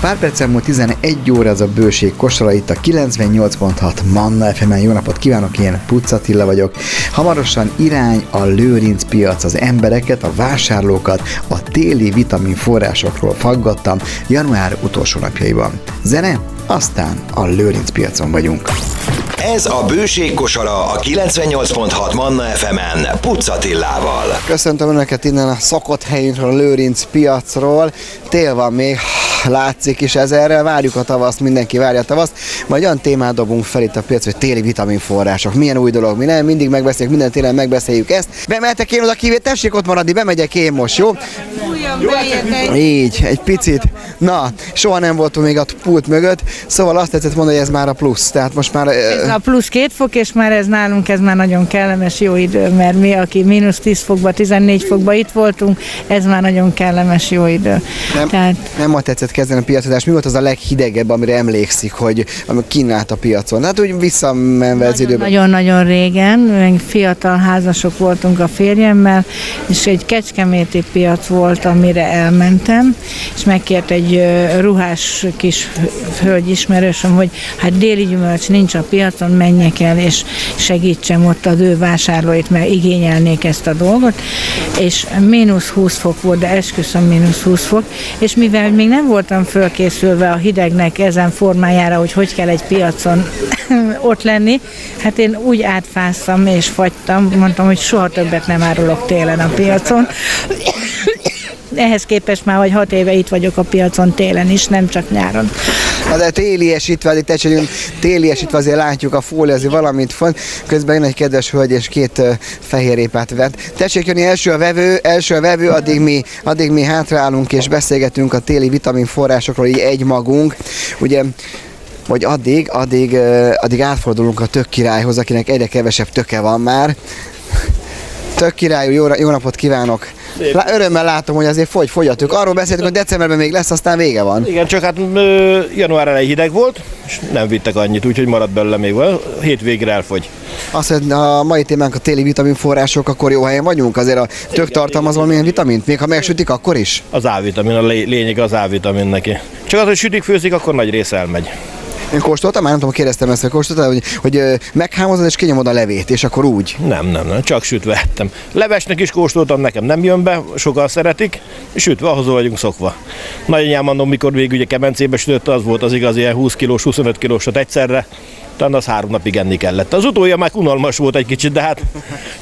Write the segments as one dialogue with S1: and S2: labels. S1: Pár percen múlt 11 óra az a bőség kosara itt a 98.6 Manna fm Jó napot kívánok, én Puccatilla vagyok. Hamarosan irány a lőrinc piac, az embereket, a vásárlókat, a téli vitamin forrásokról faggattam január utolsó napjaiban. Zene, aztán a lőrinc piacon vagyunk.
S2: Ez a Bőség Kosara a 98.6 Manna FM-en Puccatillával.
S1: Köszöntöm Önöket innen a szokott helyünkről, a Lőrinc piacról. Tél van még, látszik is ez erre, várjuk a tavaszt, mindenki várja a tavaszt. Majd olyan témát dobunk fel itt a piac, hogy téli vitaminforrások. Milyen új dolog, mi nem, mindig megbeszéljük, minden télen megbeszéljük ezt. Bemeltek én oda kivé, tessék ott maradni, bemegyek én most, jó? hát Így, egy picit. Na, soha nem voltunk még a pult mögött, szóval azt tetszett mondani, hogy ez már a plusz. Tehát most már... ö,
S3: Ez a plusz két fok, és már ez nálunk, ez már nagyon kellemes jó idő, mert mi, aki mínusz 10 fokba, 14 fokba itt voltunk, ez már nagyon kellemes jó idő.
S1: Nem,
S3: Tehát
S1: nem ma tetszett kezdeni a piacodás. Mi volt az a leghidegebb, amire emlékszik, hogy ami kínált a piacon? Hát úgy visszamenve az időben.
S3: nagyon-nagyon régen, még fiatal házasok voltunk a férjemmel, és egy kecskeméti piac volt, amire elmentem, és megkért egy ö, ruhás kis hölgy ismerősöm, hogy hát déli gyümölcs nincs a piacon, menjek el, és segítsem ott az ő vásárlóit, mert igényelnék ezt a dolgot, és mínusz 20 fok volt, de esküszöm mínusz 20 fok, és mivel még nem voltam fölkészülve a hidegnek ezen formájára, hogy hogy kell egy piacon ott lenni, hát én úgy átfáztam és fagytam, mondtam, hogy soha többet nem árulok télen a piacon. Ehhez képest már vagy hat éve itt vagyok a piacon télen is, nem csak nyáron.
S1: Na de téliesítve, az itt esetünk téliesítve azért látjuk a fólia, azért valamit font. Közben jön egy kedves hölgy és két ö, fehér épát vett. Tessék jönni első a vevő, első a vevő, addig mi, addig mi hátraállunk és beszélgetünk a téli vitamin forrásokról így egy magunk. Ugye hogy addig, addig, ö, addig átfordulunk a tök királyhoz, akinek egyre kevesebb töke van már. Tök királyú, jó, ra- jó napot kívánok! Lá, örömmel látom, hogy azért fogy, fogy a tök. Arról beszéltünk, hogy decemberben még lesz, aztán vége van.
S4: Igen, csak hát ö, január elején hideg volt, és nem vittek annyit, úgyhogy maradt belőle még val. Hétvégre elfogy.
S1: Azt, hogy a mai témánk a téli vitamin források, akkor jó helyen vagyunk, azért a tök tartalmaz valamilyen vitamint, még ha megsütik, akkor is.
S4: Az A-vitamin, a lé- lényeg az A-vitamin neki. Csak az, hogy sütik, főzik, akkor nagy része elmegy.
S1: Én kóstoltam, már nem tudom, kérdeztem ezt, hogy kóstoltam, hogy, hogy ö, meghámozod és kinyomod a levét, és akkor úgy.
S4: Nem, nem, nem, csak sütve ettem. Levesnek is kóstoltam, nekem nem jön be, sokan szeretik, sütve, ahhoz vagyunk szokva. Nagyanyám mondom, mikor végig ugye kemencébe sütötte, az volt az igaz, ilyen 20 kilós, 25 kilósat egyszerre, talán az három napig enni kellett. Az utolja már unalmas volt egy kicsit, de hát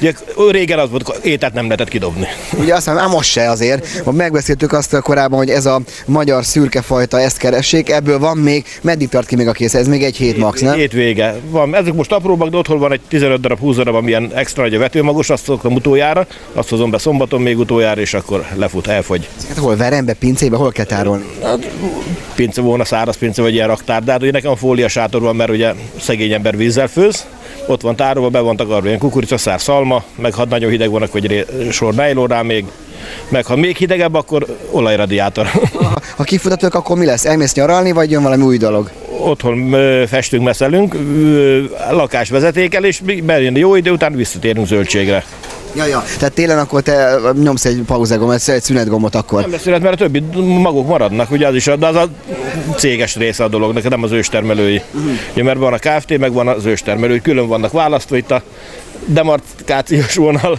S4: ugye, régen az volt, ételt nem lehetett kidobni.
S1: Ugye azt mondom, "Á, most se azért, hogy megbeszéltük azt korábban, hogy ez a magyar szürkefajta, ezt keressék, ebből van még, meddig tart ki még a kész? Ez még egy hét max, nem?
S4: Hétvége. Van, ezek most apróbbak, de otthon van egy 15 darab, 20 darab, amilyen extra nagy a vetőmagos, azt szoktam utoljára, azt hozom be szombaton még utoljára, és akkor lefut, elfogy.
S1: Hát hol verembe, pincébe, hol kell tárolni?
S4: Pince volna, száraz pince vagy ilyen raktár, de hát ugye nekem fólia sátor van, mert ugye szegény ember vízzel főz, ott van tárolva, be van takarva ilyen kukorica, szár, szalma, meg ha nagyon hideg van, akkor egy ré- sor nejló rá még, meg ha még hidegebb, akkor olajradiátor.
S1: Ha, ha kifut a tök, akkor mi lesz? Elmész nyaralni, vagy jön valami új dolog?
S4: Otthon ö, festünk, meszelünk, ö, lakásvezetékel, és mi- bejön a jó idő után visszatérünk zöldségre.
S1: Ja, ja. Tehát télen akkor te ö, nyomsz egy pauzegombot, egy szünetgombot akkor.
S4: Nem beszélhet, mert a többi maguk maradnak, ugye az is, a- de az a céges része a dolognak, nem az őstermelői.
S1: Mhm.
S4: Ugye, mert van a Kft, meg van az őstermelői, külön vannak választva itt a demarkációs vonal.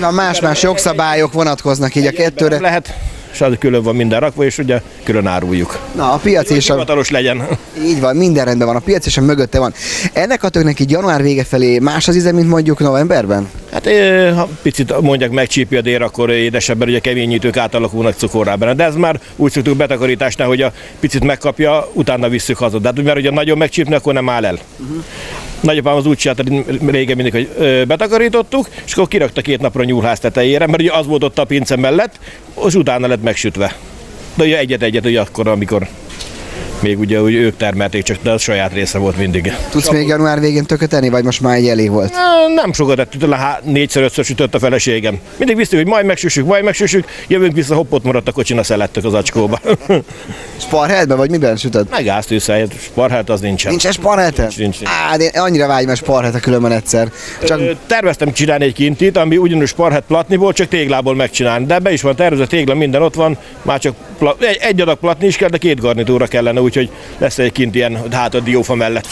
S1: Na, más-más jogszabályok vonatkoznak így a
S4: Nem
S1: kettőre.
S4: Lehet, és az külön van minden rakva, és ugye külön áruljuk.
S1: Na, a piac és a...
S4: Hivatalos legyen.
S1: Így van, minden rendben van, a piac és a mögötte van. Ennek a töknek így január vége felé más az íze, mint mondjuk novemberben?
S4: Hát ö, ha picit mondják megcsípi a dér, akkor édesebben ugye keményítők átalakulnak cukorrá benne. De ez már úgy szoktuk betakarításnál, hogy a picit megkapja, utána visszük haza. De hát, mert ugye nagyon megcsípni, akkor nem áll el. Nagyapám az úgy csinálta régen mindig, hogy ö, betakarítottuk, és akkor kirakta két napra a nyúlház tetejére, mert ugye az volt ott a pince mellett, és utána lett megsütve. De ugye egyet-egyet, ugye akkor, amikor még ugye úgy ők termelték, csak de az saját része volt mindig.
S1: Tudsz még január végén tököt enni, vagy most már egy elég volt?
S4: Á, Nem sokat ettünk, talán há- négyszer, ötször sütött a feleségem. Mindig visztük, hogy majd megsüssük, majd megsüssük, jövünk vissza, hoppot maradt a kocsin a szelettek az acskóba.
S1: Sparheltben, vagy miben sütöd?
S4: Megászt őszeljet, sparhát az nincsen.
S1: Nincs sparhelten?
S4: nincs, nincs.
S1: Á, de én annyira vágyom a sparheltre különben egyszer. Csak
S4: Ö, Terveztem csinálni egy kintit, ami ugyanúgy parhet platniból, csak téglából megcsinálni. De be is van tervezve, tégla minden ott van, már csak pla- egy, egy adag platni is kell, de két garnitúra kellene, úgyhogy lesz egy kint ilyen, hát a diófa mellett.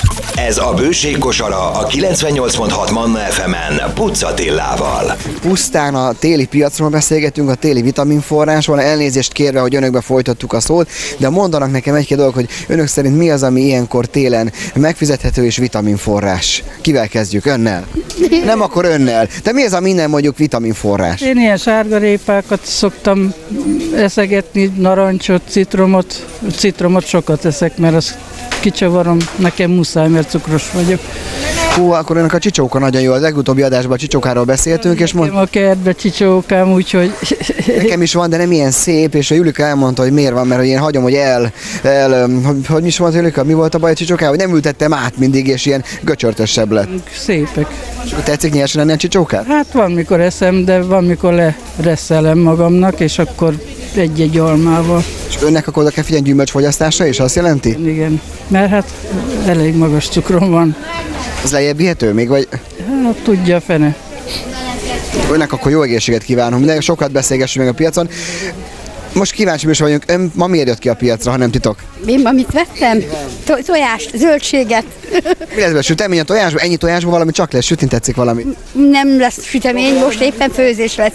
S2: Ez a Bőség kosara a 98.6 Manna FM-en Puccatillával.
S1: pusztán a téli piacról beszélgetünk, a téli vitaminforrásról, elnézést kérve, hogy önökbe folytattuk a szót, de mondanak nekem egy-két dolog, hogy önök szerint mi az, ami ilyenkor télen megfizethető és vitaminforrás. Kivel kezdjük? Önnel? Nem akkor önnel. De mi az a minden mondjuk vitaminforrás?
S5: Én ilyen sárgarépákat szoktam eszegetni, narancsot, citromot. Citromot sokat eszek, mert azt kicsavarom, nekem muszáj, mert cukros vagyok.
S1: Hú, akkor önök a csicsóka nagyon jó. A legutóbbi adásban a csicsókáról beszéltünk, és mond,
S5: Én a kertbe csicsókám, úgyhogy
S1: nekem is van, de nem ilyen szép, és a Jülika elmondta, hogy miért van, mert hogy én hagyom, hogy el, el öm, hogy, hogy mi is volt Jülika, mi volt a baj a csicsókával, hogy nem ültettem át mindig, és ilyen göcsörtösebb lett.
S5: szépek.
S1: És akkor tetszik nyersen enni a csicsókát?
S5: Hát van, mikor eszem, de van, mikor lereszelem magamnak, és akkor egy-egy almával.
S1: És önnek akkor oda kell figyelni gyümölcsfogyasztásra is, azt jelenti?
S5: Igen, mert hát elég magas cukrom van.
S1: Ez lejjebb vihető még, vagy
S5: Hát tudja a fene.
S1: önnek akkor jó egészséget kívánom, de sokat beszélgessünk meg a piacon. Most kíváncsi is vagyunk, ön ma miért jött ki a piacra, ha nem titok?
S6: Mi, amit vettem? To- tojást, zöldséget.
S1: Mi lesz belőle sütemény a tojásból? Ennyi tojásból valami csak lesz, sütni tetszik valami.
S6: Nem lesz sütemény, most éppen főzés lesz.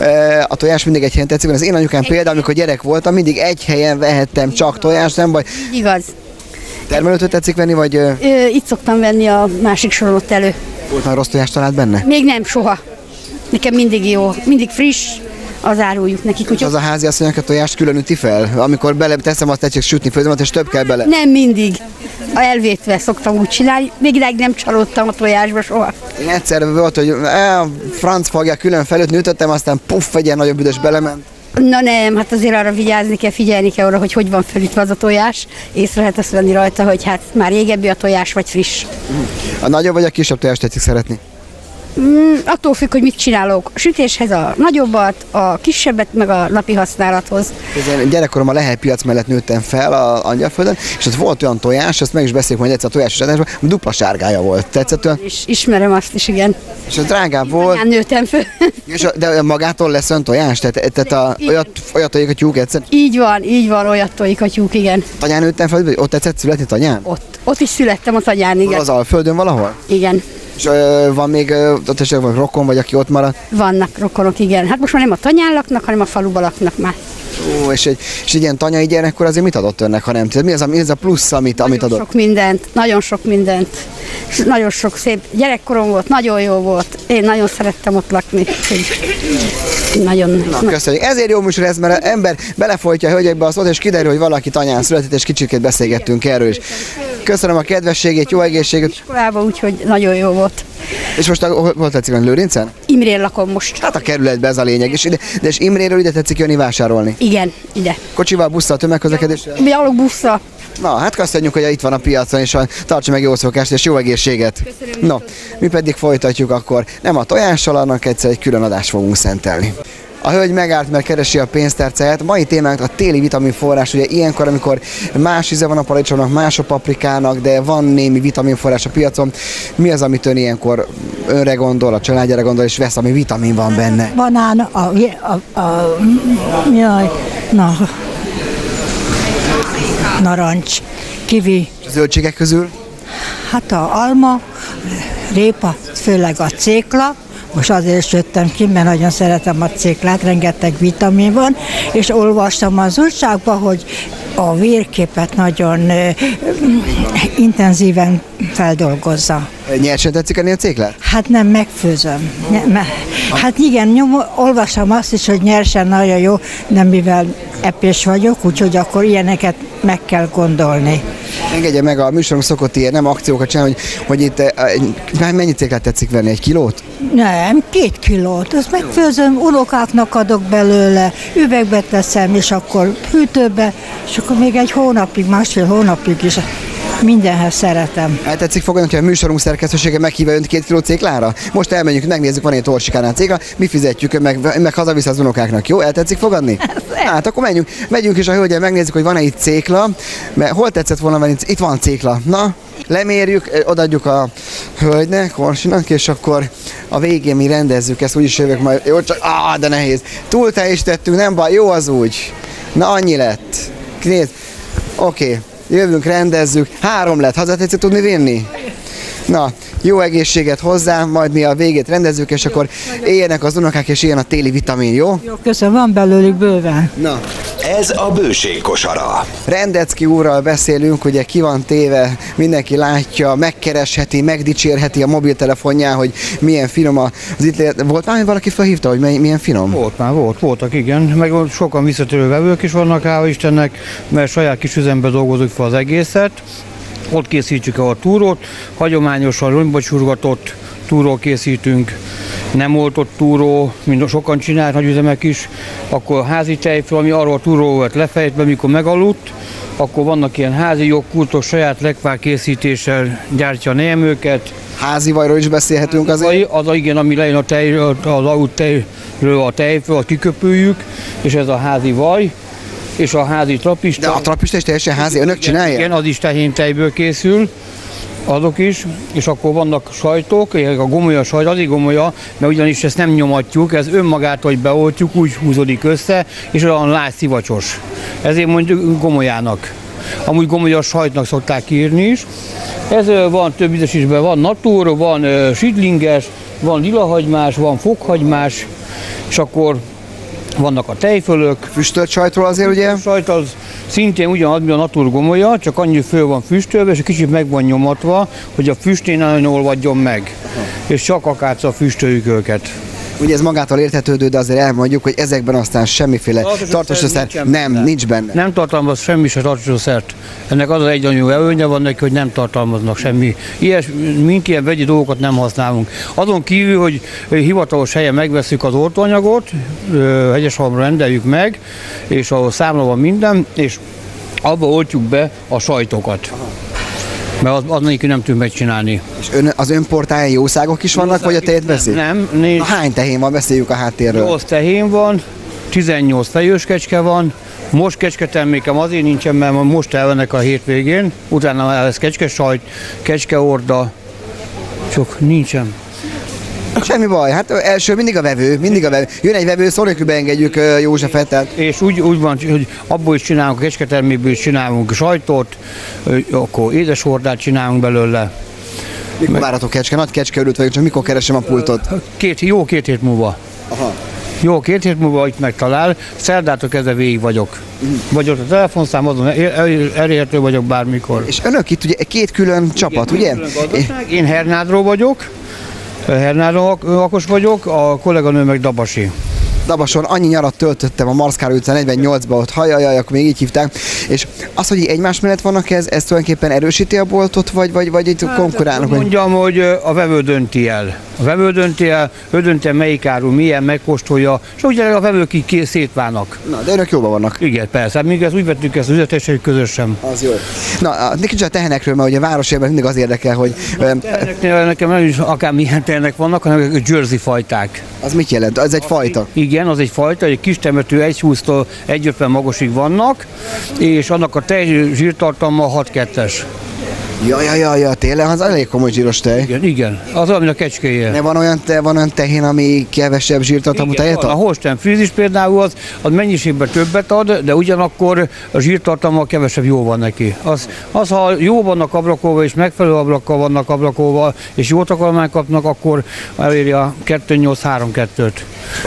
S1: E, A tojás mindig egy helyen tetszik, az én anyukám például, amikor gyerek voltam, mindig egy helyen vehettem csak tojást, nem baj.
S6: Így Igaz.
S1: Termelőtől tetszik venni, vagy ö,
S6: Ö, itt szoktam venni a másik soron ott elő.
S1: volt már rossz tojást talált benne?
S6: Még nem, soha. Nekem mindig jó, mindig friss, az áruljuk nekik.
S1: És
S6: Úgyhogy
S1: az a házi asszonyok a tojást külön üti fel, amikor bele teszem azt egység sütni, főzöm, azt, és több kell bele.
S6: nem mindig. A elvétve szoktam úgy csinálni, még ideig nem csalódtam a tojásba soha.
S1: Én egyszer volt, hogy á, franc fogja külön felőtt ütöttem, aztán puff, egy ilyen nagyobb üdös belement.
S6: Na nem, hát azért arra vigyázni kell, figyelni kell arra, hogy hogy van felütve az a tojás. Észre lehet azt venni rajta, hogy hát már régebbi a tojás, vagy friss.
S1: A nagyobb vagy a kisebb tojást tetszik szeretni?
S6: Mm, attól függ, hogy mit csinálok. A sütéshez a nagyobbat, a kisebbet, meg a napi használathoz.
S1: Ez Én gyerekkoromban a Lehel piac mellett nőttem fel a Angyalföldön, és ott volt olyan tojás, ezt meg is beszéljük majd egyszer a tojás adásban, ami dupla sárgája volt. Tetszett olyan,
S6: És ismerem azt is, igen.
S1: és az drágább volt,
S6: Anyán nőttem föl.
S1: és a, de magától lesz olyan tojás, tehát, tehát a, olyat, olyat tojik a tyúk egyszer.
S6: így van, így van, olyat tojik a tyúk, igen.
S1: Tanyán nőttem fel, vagy ott tetszett születni tanyán?
S6: Ott. Ott is születtem a tanyán, igen.
S1: Az Alföldön valahol?
S6: Igen.
S1: És ö, van még ö, ott esetleg van rokon, vagy aki ott marad.
S6: Vannak rokonok, igen. Hát most már nem a tanyán laknak, hanem a faluba laknak már.
S1: Ó, és egy, és egy ilyen tanyai gyerekkor azért mit adott önnek, ha nem tudod? Mi az, a- mi az a plusz, amit, amit
S6: Nagyon
S1: adott?
S6: sok mindent, nagyon sok mindent. S- Nagyon sok szép gyerekkorom volt, nagyon jó volt. Én nagyon szerettem ott lakni. úgyhogy Nagyon.
S1: Na, köszönjük. Ezért jó műsor ez, mert az ember belefolytja a hölgyekbe azt, és kiderül, hogy valaki tanyán született, és kicsikét beszélgettünk erről is. Köszönöm a kedvességét, jó egészséget.
S6: Iskolába, úgyhogy nagyon jó volt.
S1: És most a- hol hol tetszik jönni Lőrincen?
S6: Imrén lakom most.
S1: Hát a kerületben ez a lényeg. És ide, de és Imréről ide tetszik jönni vásárolni.
S6: Igen, ide.
S1: Kocsival, busszal, tömegközlekedéssel.
S6: Gyalog busszal.
S1: Na, hát köszönjük, hogy itt van a piacon, és a- tartsa meg jó szokást, és jó egészséget. No, mi pedig folytatjuk akkor. Nem a tojással, annak egyszer egy külön adást fogunk szentelni. A hölgy megállt, mert keresi a pénztárcáját. Mai témánk a téli vitamin forrás. Ugye ilyenkor, amikor más íze van a paradicsomnak, más a paprikának, de van némi vitamin forrás a piacon. Mi az, amit ön ilyenkor önre gondol, a családjára gondol, és vesz, ami vitamin van benne?
S7: banán, a, a, a jaj, na, narancs, kivi,
S1: A zöldségek közül?
S7: hát a alma, répa, főleg a cékla, most azért is jöttem ki, mert nagyon szeretem a céklát, rengeteg vitamin van, és olvastam az újságban, hogy a vérképet nagyon ö, intenzíven feldolgozza.
S1: Nyersen tetszik enni a céklát?
S7: Hát nem, megfőzöm. Ne, me, hát igen, nyom, olvastam azt is, hogy nyersen nagyon jó, de mivel epés vagyok, úgyhogy akkor ilyeneket meg kell gondolni.
S1: Engedje meg, a műsorunk szokott ilyen, nem akciókat csinálni, hogy, hogy itt eh, egy- már mennyi céklát tetszik venni? Egy kilót?
S7: Nem, két kilót, azt megfőzöm, unokáknak adok belőle, üvegbe teszem, és akkor hűtőbe, és akkor még egy hónapig, másfél hónapig is mindenhez szeretem.
S1: El tetszik fogadni, hogyha a műsorunk szerkesztősége meghívja önt két kiló céklára? Most elmenjünk, megnézzük, van itt orsikánál cégla, mi fizetjük, ön meg, meg hazavisz az unokáknak, jó? El tetszik fogadni? Hát akkor menjünk, megyünk is a hölgyel, megnézzük, hogy van-e itt cékla, mert hol tetszett volna venni, itt van cékla. Na, lemérjük, ö, odaadjuk a hölgynek, Orsinak, és akkor a végén mi rendezzük ezt, úgyis jövök majd, jó, csak, á, de nehéz. Túl teljesítettünk, nem baj, jó az úgy. Na, annyi lett. Nézd, oké, jövünk, rendezzük. Három lett, haza tetszik tudni vinni? Na, jó egészséget hozzá, majd mi a végét rendezzük, és akkor éljenek az unokák, és ilyen a téli vitamin, jó?
S7: Jó, köszönöm, van belőlük bőven.
S1: Na.
S2: Ez a bőség kosara.
S1: Rendecki úrral beszélünk, ugye ki van téve, mindenki látja, megkeresheti, megdicsérheti a mobiltelefonján, hogy milyen finom a- az itt lé- Volt már, hogy valaki felhívta, hogy mely- milyen finom?
S8: Volt már, volt, voltak, igen. Meg ott sokan visszatérő vevők is vannak, hála Istennek, mert saját kis üzembe dolgozunk fel az egészet. Ott készítjük el a túrót, hagyományosan römbocsurgatott túró készítünk, nem oltott túró, mint sokan csinálják nagy üzemek is, akkor a házi tejföl, ami arról a túró volt lefejtve, mikor megaludt, akkor vannak ilyen házi jogkultok, saját lekvár készítéssel gyártja a némőket,
S1: Házi vajról is beszélhetünk azért.
S8: az, az, a- igen, ami lejön a tej, az aut tejről a tejföl, azt kiköpüljük, és ez a házi vaj, és a házi trapista.
S1: De a trapista is teljesen házi, önök csinálják?
S8: Igen, az is tehén tejből készül, azok is, és akkor vannak sajtók, ilyen a gomolya sajt, az gomolya, mert ugyanis ezt nem nyomatjuk, ez önmagát, hogy beoltjuk, úgy húzódik össze, és olyan láz szivacsos. Ezért mondjuk gomolyának. Amúgy gomolya sajtnak szokták írni is. Ez ö, van több ízesítésben, van natur, van ö, sidlinges, van lilahagymás, van fokhagymás, és akkor vannak a tejfölök,
S1: Füstölt sajtról azért ugye?
S8: sajt az szintén ugyanaz, mint a natur gomolya, csak annyi föl van füstölve, és egy kicsit meg van nyomatva, hogy a füstén nagyon olvadjon meg. És csak akáccal füstöljük őket.
S1: Ugye ez magától értetődő, de azért elmondjuk, hogy ezekben aztán semmiféle
S8: Tartósítószer
S1: tartósítószer
S8: nincsen
S1: nem,
S8: benne.
S1: nincs benne.
S8: Nem tartalmaz semmi se tartósítószert. Ennek az az egy nagyon jó előnye van neki, hogy nem tartalmaznak semmi. Ilyes, mint ilyen vegyi dolgokat nem használunk. Azon kívül, hogy hivatalos helyen megveszünk az oltóanyagot, ö, hegyeshalomra rendeljük meg, és ahol számla van minden, és abba oltjuk be a sajtokat. Mert az, az nélkül nem tudjuk megcsinálni.
S1: És ön, az önportáján jószágok is vannak, vagy a tejet veszik?
S8: Nem, nincs.
S1: Na, hány tehén van, beszéljük a háttérről.
S8: 8 tehén van, 18 fejős kecske van, most kecske termékem azért nincsen, mert most elvennek a hétvégén, utána már lesz kecske sajt, kecske orda, csak nincsen.
S1: Semmi baj, hát ö, első mindig a vevő, mindig a vevő. Jön egy vevő, szóljuk, hogy beengedjük ö, Józsefet, tehát
S8: És úgy, úgy van, hogy abból is csinálunk, a kecske termékből is csinálunk sajtot, ö, akkor édes hordát csinálunk belőle.
S1: mikor várható kecske, nagy kecske örült vagyok, csak mikor keresem a pultot.
S8: Két, jó két hét múlva.
S1: Aha.
S8: Jó, két hét múlva itt megtalál, szerdától kezdve végig vagyok. Vagy ott a telefonszám, azon el- el- elérhető vagyok bármikor.
S1: És önök itt ugye két külön csapat, Hát ugye? É,
S8: Én Hernádról vagyok, Hernádról akos vagyok, a kolléganő meg Dabasi.
S1: Dabason annyi nyarat töltöttem a Marszkár utca 48-ba, ott hajajaj, akkor még így hívták. És az, hogy így egymás mellett vannak, ez, ez tulajdonképpen erősíti a boltot, vagy, vagy, vagy
S8: Hát,
S1: itt Hát, konkurálnak?
S8: Azt
S1: Vagy...
S8: Mondjam, hogy ö, a vevő dönti el. A vevő dönti el, ő dönti el, melyik áru milyen, megkóstolja, és ugye a vevők így ké- szétválnak.
S1: Na, de önök jóban vannak.
S8: Igen, persze, hát még ezt úgy vettük ezt az üzletes, hogy közösen.
S1: Az jó. Na, a- de kicsit a tehenekről, mert ugye a városében mindig az érdekel, hogy ö,
S8: Teheneknél nekem nem is akár milyen tehenek vannak, hanem ezek Jersey fajták.
S1: az mit jelent? Az egy fajta.
S8: Igen, az egy fajta, egy kis temető 1,20-tól 1,50 magasig vannak, és annak a teljes zsírtartalma 6,2-es.
S1: Ja, ja, ja, ja, tényleg, az elég komoly zsíros tej.
S8: Igen, igen. Az, amin a kecskéje.
S1: De van olyan, te, van olyan tehén, ami kevesebb zsírtartalmú
S8: Igen,
S1: tejet
S8: van. A
S1: ad?
S8: Holstein frizis például az, az mennyiségben többet ad, de ugyanakkor a zsírtartalma kevesebb jó van neki. Az, az ha jó vannak ablakolva, és megfelelő ablakkal vannak ablakolva, és jó takarmányt kapnak, akkor eléri a 2-8-3-2-t.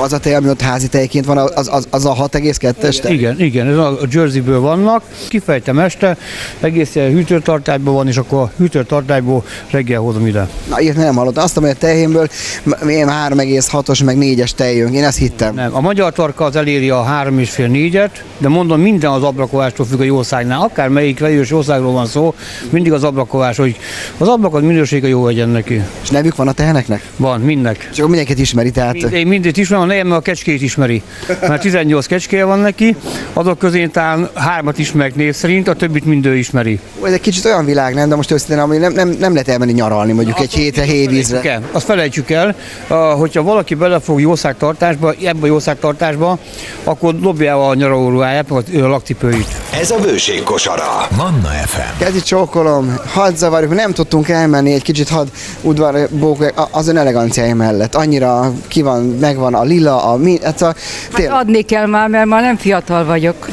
S1: Az a tej, ami ott házi tejként van, az, az, az a 6,2-es tej?
S8: Igen, igen, ez a a Jerseyből vannak. Kifejtem este, egész ilyen hűtőtartályban van, és a akkor a hűtőtartályból reggel hozom ide.
S1: Na, ilyet nem hallottam. Azt mondom, hogy a tehénből m- ilyen 3,6-os, meg 4-es tejünk. Én ezt hittem.
S8: Nem, a magyar tarka az eléri a 3,5-4-et, de mondom, minden az ablakolástól függ a jószágnál, akár melyik lejős országról van szó, mindig az ablakolás, hogy az ablak az minősége jó legyen neki.
S1: És nevük van a teheneknek?
S8: Van, mindnek.
S1: És akkor mindenkit ismeri, tehát...
S8: Mind- Én mindent ismerem, a nejem a kecskét ismeri. Mert 18 kecskéje van neki, azok közén talán hármat ismerek név szerint, a többit mind ő ismeri.
S1: Ó, Ez egy kicsit olyan világ, nem? De most őszintén, ami nem, nem, nem lehet elmenni nyaralni, mondjuk egy hétre, hévízre.
S8: Felejtsük el. Azt felejtsük el, ah, hogyha valaki belefog jószágtartásba, ebbe a jószágtartásba, akkor dobja a nyaralóruháját, meg a- a laktipőit.
S2: Ez a bőség kosara.
S9: Manna FM.
S1: Kezi csókolom, hadd zavarjuk, nem tudtunk elmenni egy kicsit had udvar bók, az ön eleganciája mellett. Annyira ki van, megvan a lila, a mi, hát a,
S10: Hát
S1: tényleg,
S10: adni kell már, mert már nem fiatal vagyok.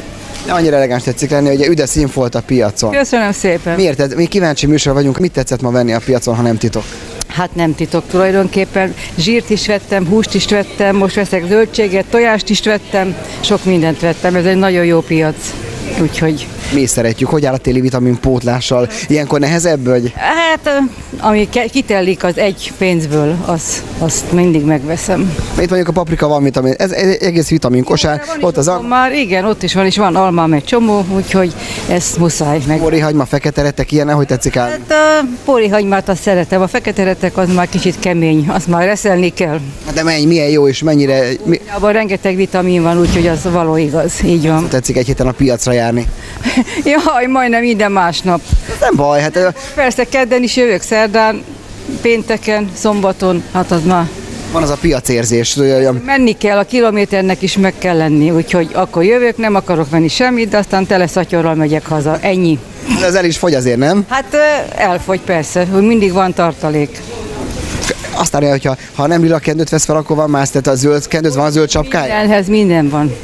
S1: annyira elegáns tetszik lenni, hogy üde szín volt a piacon.
S10: Köszönöm szépen.
S1: Miért? Ez- Mi kíváncsi műsor vagyunk, mit tetszett ma venni a piacon, ha nem titok?
S10: Hát nem titok tulajdonképpen. Zsírt is vettem, húst is vettem, most veszek zöldséget, tojást is vettem, sok mindent vettem. Ez egy nagyon jó piac. Úgyhogy,
S1: Mi is szeretjük, hogy áll a téli vitamin pótlással? Ilyenkor nehezebb, vagy?
S10: hát ö, ami ke- kitellik az egy pénzből, az, azt mindig megveszem.
S1: Itt mondjuk a paprika van vitamin, ez egy egész vitamin kosár, ott az
S10: Van Már igen, ott is van, és van almám egy csomó, úgyhogy ezt muszáj meg.
S1: angori hagyma, fekete retek, ilyen, ahogy tetszik áll.
S10: Hát a porihagymát azt szeretem, a fekete retek az már kicsit kemény, azt már reszelni kell.
S1: Hát De mennyi, milyen jó és mennyire mi,
S10: Abban rengeteg vitamin van, úgyhogy az való igaz, így van.
S1: tetszik egy héten a piacra járni.
S10: Jaj, majdnem minden másnap.
S1: Nem baj, hát ö,
S10: Persze kedden is jövök, szerdán, pénteken, szombaton, hát az már
S1: van az a piacérzés, tudja, hogy a-
S10: menni kell, a kilométernek is meg kell lenni, úgyhogy akkor jövök, nem akarok menni semmit, de aztán tele szatyorral megyek haza, ennyi.
S1: de ez el is fogy azért, nem?
S10: Hát ö, elfogy persze, hogy mindig van tartalék.
S1: Aztán, hogyha ha nem lila kendőt vesz fel, akkor van más, tehát a zöld kendőt, van a zöld csapkája?
S10: Mindenhez minden van.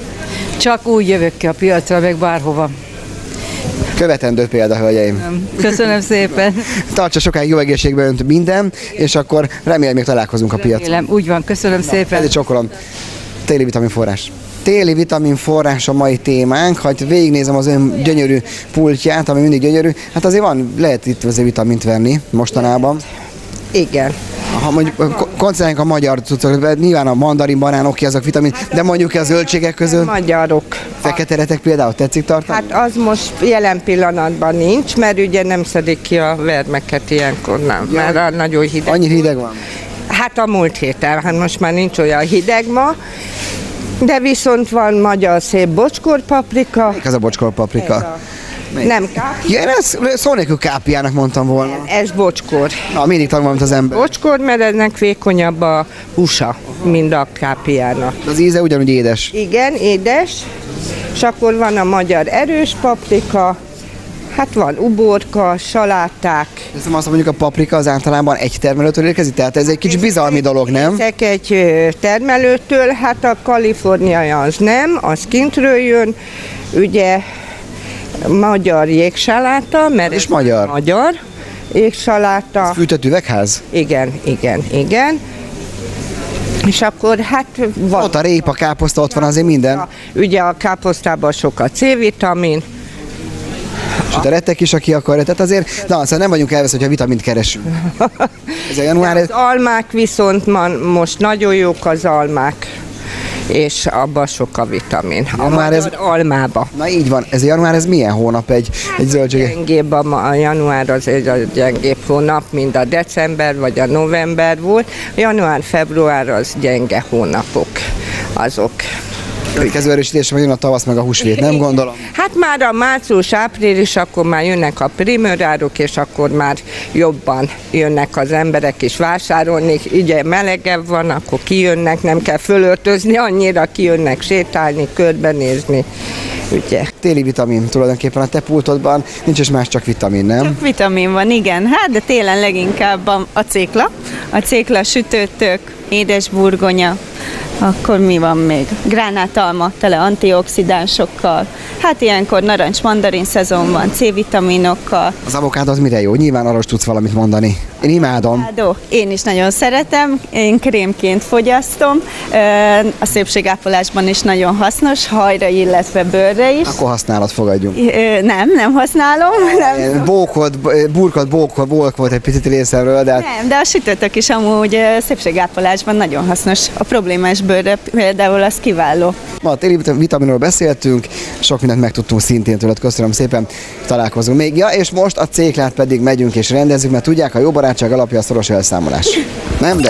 S10: Csak úgy jövök ki a piacra, meg bárhova.
S1: Követendő példa, hölgyeim.
S10: Köszönöm szépen.
S1: Tartsa sokáig jó egészségbe önt minden, és akkor remélem, még találkozunk a piacon.
S10: Remélem, úgy van, köszönöm szépen.
S1: Ez egy csokolom. Téli vitamin forrás. Téli vitamin forrás a mai témánk, ha itt végignézem az ön gyönyörű pultját, ami mindig gyönyörű, hát azért van, lehet itt azért vitamint venni mostanában.
S11: Igen.
S1: Ha mondjuk ko- koncentráljunk a magyar cuccokra, nyilván a mandarin, banán, oké, azok vitamin, de mondjuk a zöldségek közül,
S11: Magyarok.
S1: fekete retek például tetszik tartani?
S11: Hát az most jelen pillanatban nincs, mert ugye nem szedik ki a vermeket ilyenkor, nem, mert a nagyon hideg.
S1: Annyi hideg van.
S11: Hát a múlt héten, hát most már nincs olyan hideg ma, de viszont van magyar szép bocskor paprika,
S1: Melyik az a bocskor paprika?
S11: nem kápi,
S1: Ja, én ezt szó nélkül kápiának mondtam volna.
S11: ez bocskor.
S1: Na, mindig tanul, mint az ember.
S11: Bocskor, mert ennek vékonyabb a húsa, mint a kápiának.
S1: Az íze ugyanúgy édes.
S11: Igen, édes, és akkor van a magyar erős paprika, hát van uborka, saláták,
S1: Hiszem azt, hogy mondjuk a paprika az általában egy termelőtől érkezik, tehát ez egy kicsit bizalmi dolog, nem?
S11: Ezek egy ö, termelőtől, hát a kaliforniai az nem, az kintről jön, ugye magyar jégsaláta, mert
S1: És
S11: ez
S1: magyar.
S11: Magyar jégsaláta,
S1: Fűtött üvegház?
S11: igen, igen, igen. És akkor hát van,
S1: Ott a répa, káposzta, ott van azért minden.
S11: ugye a káposztában sok a C-vitamin,
S1: És ott a retek is, aki akarja. Tehát azért, na, szóval nem vagyunk elvesz, hogyha vitamint keresünk. Ez a január, ez
S11: az almák viszont man, most nagyon jók az almák, és abban sok a vitamin. A
S1: már
S11: már
S1: ez-
S11: ez... almába.
S1: Na így van, ez a január, ez milyen hónap egy, egy zöldség?
S11: Gyengébb a, ma- a január az egy a gyengébb hónap, mint a december vagy a november volt. Január-február az gyenge hónapok azok.
S1: Következő erősítés, meg jön a tavasz, meg a húsvét, nem gondolom.
S11: Hát már a március-április, akkor már jönnek a primőrárok, és akkor már jobban jönnek az emberek is vásárolni. Ugye melegebb van, akkor kijönnek, nem kell fölöltözni annyira, kijönnek sétálni, körbenézni. Ugye.
S1: Téli vitamin tulajdonképpen a te pultodban, nincs is más, csak vitamin, nem?
S12: Sok vitamin van, igen. Hát, de télen leginkább a, a cékla. A cékla, sütőtök, édesburgonya, akkor mi van még? Gránátalma, tele antioxidánsokkal. Hát ilyenkor narancs-mandarin szezon van, C-vitaminokkal.
S1: Az avokádó az mire jó? Nyilván arra is tudsz valamit mondani. Én imádom.
S12: Avokádó. Én is nagyon szeretem, én krémként fogyasztom, Ö, a szépségápolásban is nagyon hasznos, hajra, illetve bőrre is.
S1: Akkor használat fogadjunk.
S12: Ö, Nem, nem használom, nem.
S1: Bókot, b- burkot, bókot, bók volt egy picit részemről, de hát
S12: Nem, de a sütőtök is amúgy ö, szépségápolásban nagyon hasznos. A problémás bőrre például az kiváló.
S1: ma a téli vit- vitaminról beszéltünk, sok mindent megtudtunk szintén tőled, köszönöm szépen, találkozunk még. Ja, és most a céklát pedig megyünk és rendezzük, mert tudják, a jó barátság alapja a szoros elszámolás. Nem, de?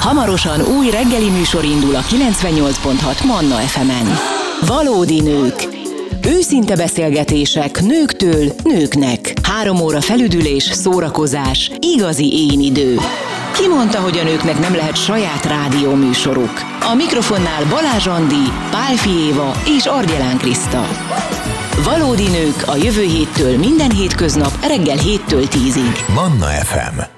S9: Hamarosan új reggeli műsor indul a 98.6 Manna FM-en. Valódi nők. Őszinte beszélgetések nőktől nőknek. Három óra felüdülés, szórakozás, igazi én idő. Ki mondta, hogy a nőknek nem lehet saját rádió műsoruk? A mikrofonnál Balázs Andi, Pálfi Éva és Argyelán Kriszta. Valódi nők a jövő héttől minden hétköznap reggel 7-től 10-ig.
S2: Manna FM.